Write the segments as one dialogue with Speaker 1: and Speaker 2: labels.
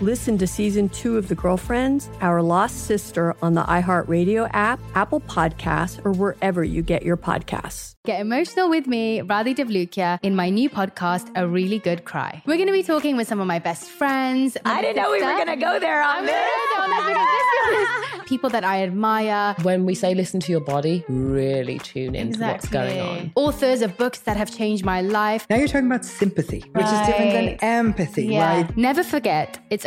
Speaker 1: Listen to season two of The Girlfriends, Our Lost Sister on the iHeartRadio app, Apple Podcasts, or wherever you get your podcasts.
Speaker 2: Get emotional with me, Radhi Devlukia, in my new podcast, A Really Good Cry. We're going to be talking with some of my best friends. my
Speaker 3: I didn't know we were
Speaker 2: sister.
Speaker 3: going to go there on
Speaker 2: I'm
Speaker 3: this.
Speaker 2: gonna go down this because this is people that I admire.
Speaker 4: When we say listen to your body, really tune in to what's going on.
Speaker 2: Authors of books that have changed my life.
Speaker 5: Now you're talking about sympathy, which is different than empathy, right?
Speaker 2: Never forget, it's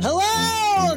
Speaker 6: Hello,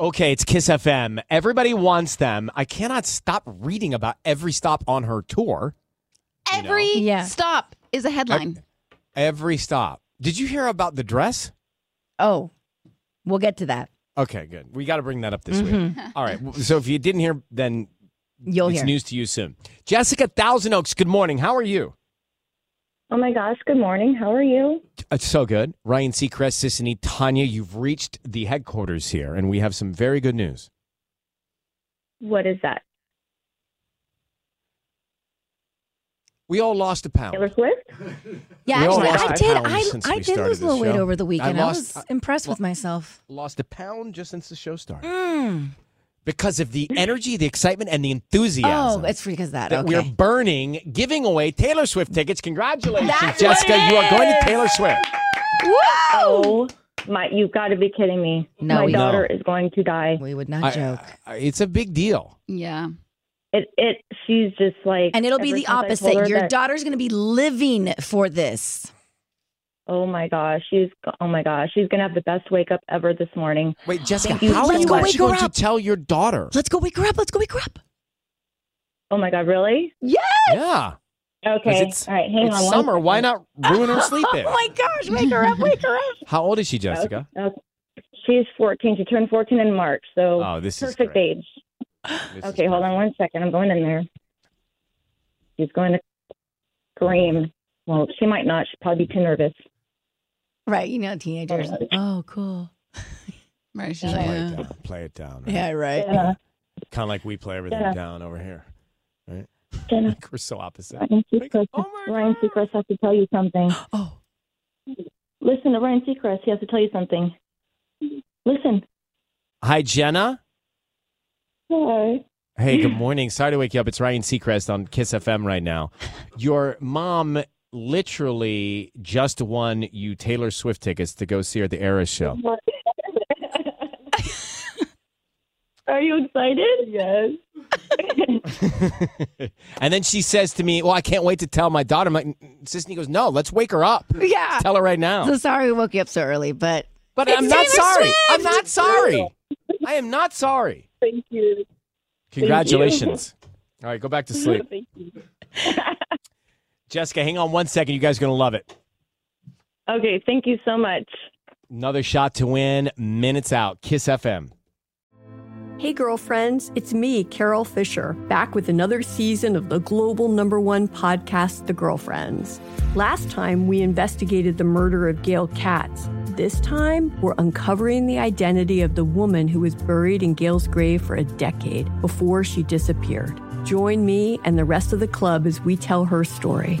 Speaker 7: Okay, it's Kiss FM. Everybody wants them. I cannot stop reading about every stop on her tour. you know?
Speaker 8: Every
Speaker 1: Yeah.
Speaker 8: stop is a headline.
Speaker 7: every stop. Did you hear about the dress?
Speaker 9: Oh, we'll get to that.
Speaker 7: Okay, good. We got to bring that up this week. All right. So if you didn't hear, then
Speaker 9: Mm-hmm. You'll
Speaker 7: it's
Speaker 9: hear.
Speaker 7: news to you soon. Jessica Thousand Oaks. Good morning. How are you?
Speaker 10: Oh my gosh, good morning. How are you?
Speaker 7: It's Uh, so good. Ryan Seacrest, Sissany, Tanya. You've reached the headquarters here, and we have some very good news.
Speaker 10: What is that?
Speaker 7: We all lost a pound.
Speaker 10: Taylor Swift?
Speaker 9: Yeah,
Speaker 7: We all
Speaker 9: actually,
Speaker 7: lost
Speaker 9: I
Speaker 7: a
Speaker 9: did.
Speaker 7: pound
Speaker 9: I,
Speaker 7: since
Speaker 9: I
Speaker 7: we
Speaker 9: did
Speaker 7: started
Speaker 9: lose a little
Speaker 7: this
Speaker 9: weight
Speaker 7: show.
Speaker 9: over the weekend. I,
Speaker 7: lost- uh,
Speaker 9: was impressed with
Speaker 7: well-
Speaker 9: myself.
Speaker 7: Lost a pound just since the show started.
Speaker 10: Hmm.
Speaker 9: Mm.
Speaker 7: because of the energy, the excitement, and the enthusiasm.
Speaker 9: Oh, it's because of that.
Speaker 7: that
Speaker 9: okay.
Speaker 7: we're burning, giving away Taylor Swift tickets. Congratulations, Jessica. You are going to Taylor Swift.
Speaker 10: Oh my you've gotta be kidding me.
Speaker 9: No,
Speaker 10: my
Speaker 9: we-
Speaker 10: daughter
Speaker 7: No.
Speaker 10: is going to die.
Speaker 9: We would not
Speaker 7: I- uh,
Speaker 9: joke.
Speaker 7: I- it's a big deal.
Speaker 8: Yeah.
Speaker 10: It it she's just like
Speaker 9: and it'll be the
Speaker 10: ever since I told her
Speaker 9: opposite. Your
Speaker 10: that-
Speaker 9: daughter's going to be living for this.
Speaker 10: Oh my gosh, she's oh my gosh, she's gonna have the best wake up ever this morning.
Speaker 7: Wait, Jessica,
Speaker 10: Thank you
Speaker 7: how
Speaker 10: so
Speaker 7: are you
Speaker 9: Let's go
Speaker 7: actually
Speaker 9: wake her
Speaker 7: going to
Speaker 9: up.
Speaker 7: tell your daughter?
Speaker 9: Let's go wake her up. Let's go wake her up.
Speaker 10: Oh my god, really?
Speaker 7: Yeah. 'Cause
Speaker 10: Okay.
Speaker 7: it's-
Speaker 10: All right, hang
Speaker 7: it's
Speaker 10: on. one
Speaker 7: summer. Why
Speaker 10: second.
Speaker 7: not ruin her sleep in?
Speaker 10: Oh my gosh, wake her up, wake her up.
Speaker 7: How old is she, Jessica?
Speaker 10: Okay. She's fourteen. She turned fourteen in March, so
Speaker 7: Oh, this is
Speaker 10: perfect
Speaker 7: great.
Speaker 10: age. Okay, hold on one second. I'm going in there. She's going to scream. Well, she might not. She'd probably be too nervous.
Speaker 9: Right. You know, teenagers. Oh, cool.
Speaker 8: Right. She's like,
Speaker 7: Play it
Speaker 8: yeah.
Speaker 7: down. Play it down.
Speaker 9: Yeah, right.
Speaker 10: Jenna,
Speaker 7: Kind of like we play everything
Speaker 10: Yeah.
Speaker 7: down over here.
Speaker 10: Jenna,
Speaker 7: We're so opposite.
Speaker 10: Ryan Seacrest.
Speaker 7: Oh my
Speaker 10: Ryan Seacrest has to tell you something.
Speaker 9: Oh,
Speaker 10: Listen to Ryan Seacrest. He has to tell you something. Listen.
Speaker 7: Hi, Jenna.
Speaker 10: Hi.
Speaker 7: Hey, good morning. Sorry to wake you up. It's Ryan Seacrest on Kiss FM right now. Your mom literally just won you Taylor Swift tickets to go see her at the Eras show.
Speaker 10: Are you excited? Yes.
Speaker 7: and then she says to me, "Well, I can't wait to tell my daughter." I'm like, Sisney goes, "No, let's wake her up.
Speaker 9: yeah.
Speaker 7: Tell her right now."
Speaker 9: So sorry we woke you up so early, but
Speaker 7: But
Speaker 9: It's
Speaker 7: I'm not
Speaker 9: Taylor
Speaker 7: sorry. I'm
Speaker 9: Swift!
Speaker 7: not sorry. I am not sorry.
Speaker 10: Thank you.
Speaker 7: Congratulations. All right, go back to sleep.
Speaker 10: Thank you.
Speaker 7: Jessica, hang on one second. You guys are going to love it.
Speaker 10: Okay. Thank you so much.
Speaker 7: Another shot to win. Minutes out. Kiss FM.
Speaker 1: Hey, girlfriends, it's me, Carol Fisher, back with another season of the global number one podcast, The Girlfriends. Last time, we investigated the murder of Gail Katz. This time, we're uncovering the identity of the woman who was buried in Gail's grave for a decade before she disappeared. Join me and the rest of the club as we tell her story.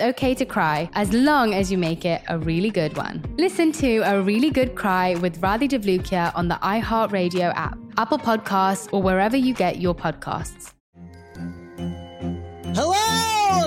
Speaker 2: okay to cry as long as you make it a really good one. Listen to A Really Good Cry with Radhi Devlukia on the iHeartRadio app, Apple Podcasts, or wherever you get your podcasts.
Speaker 6: Hello,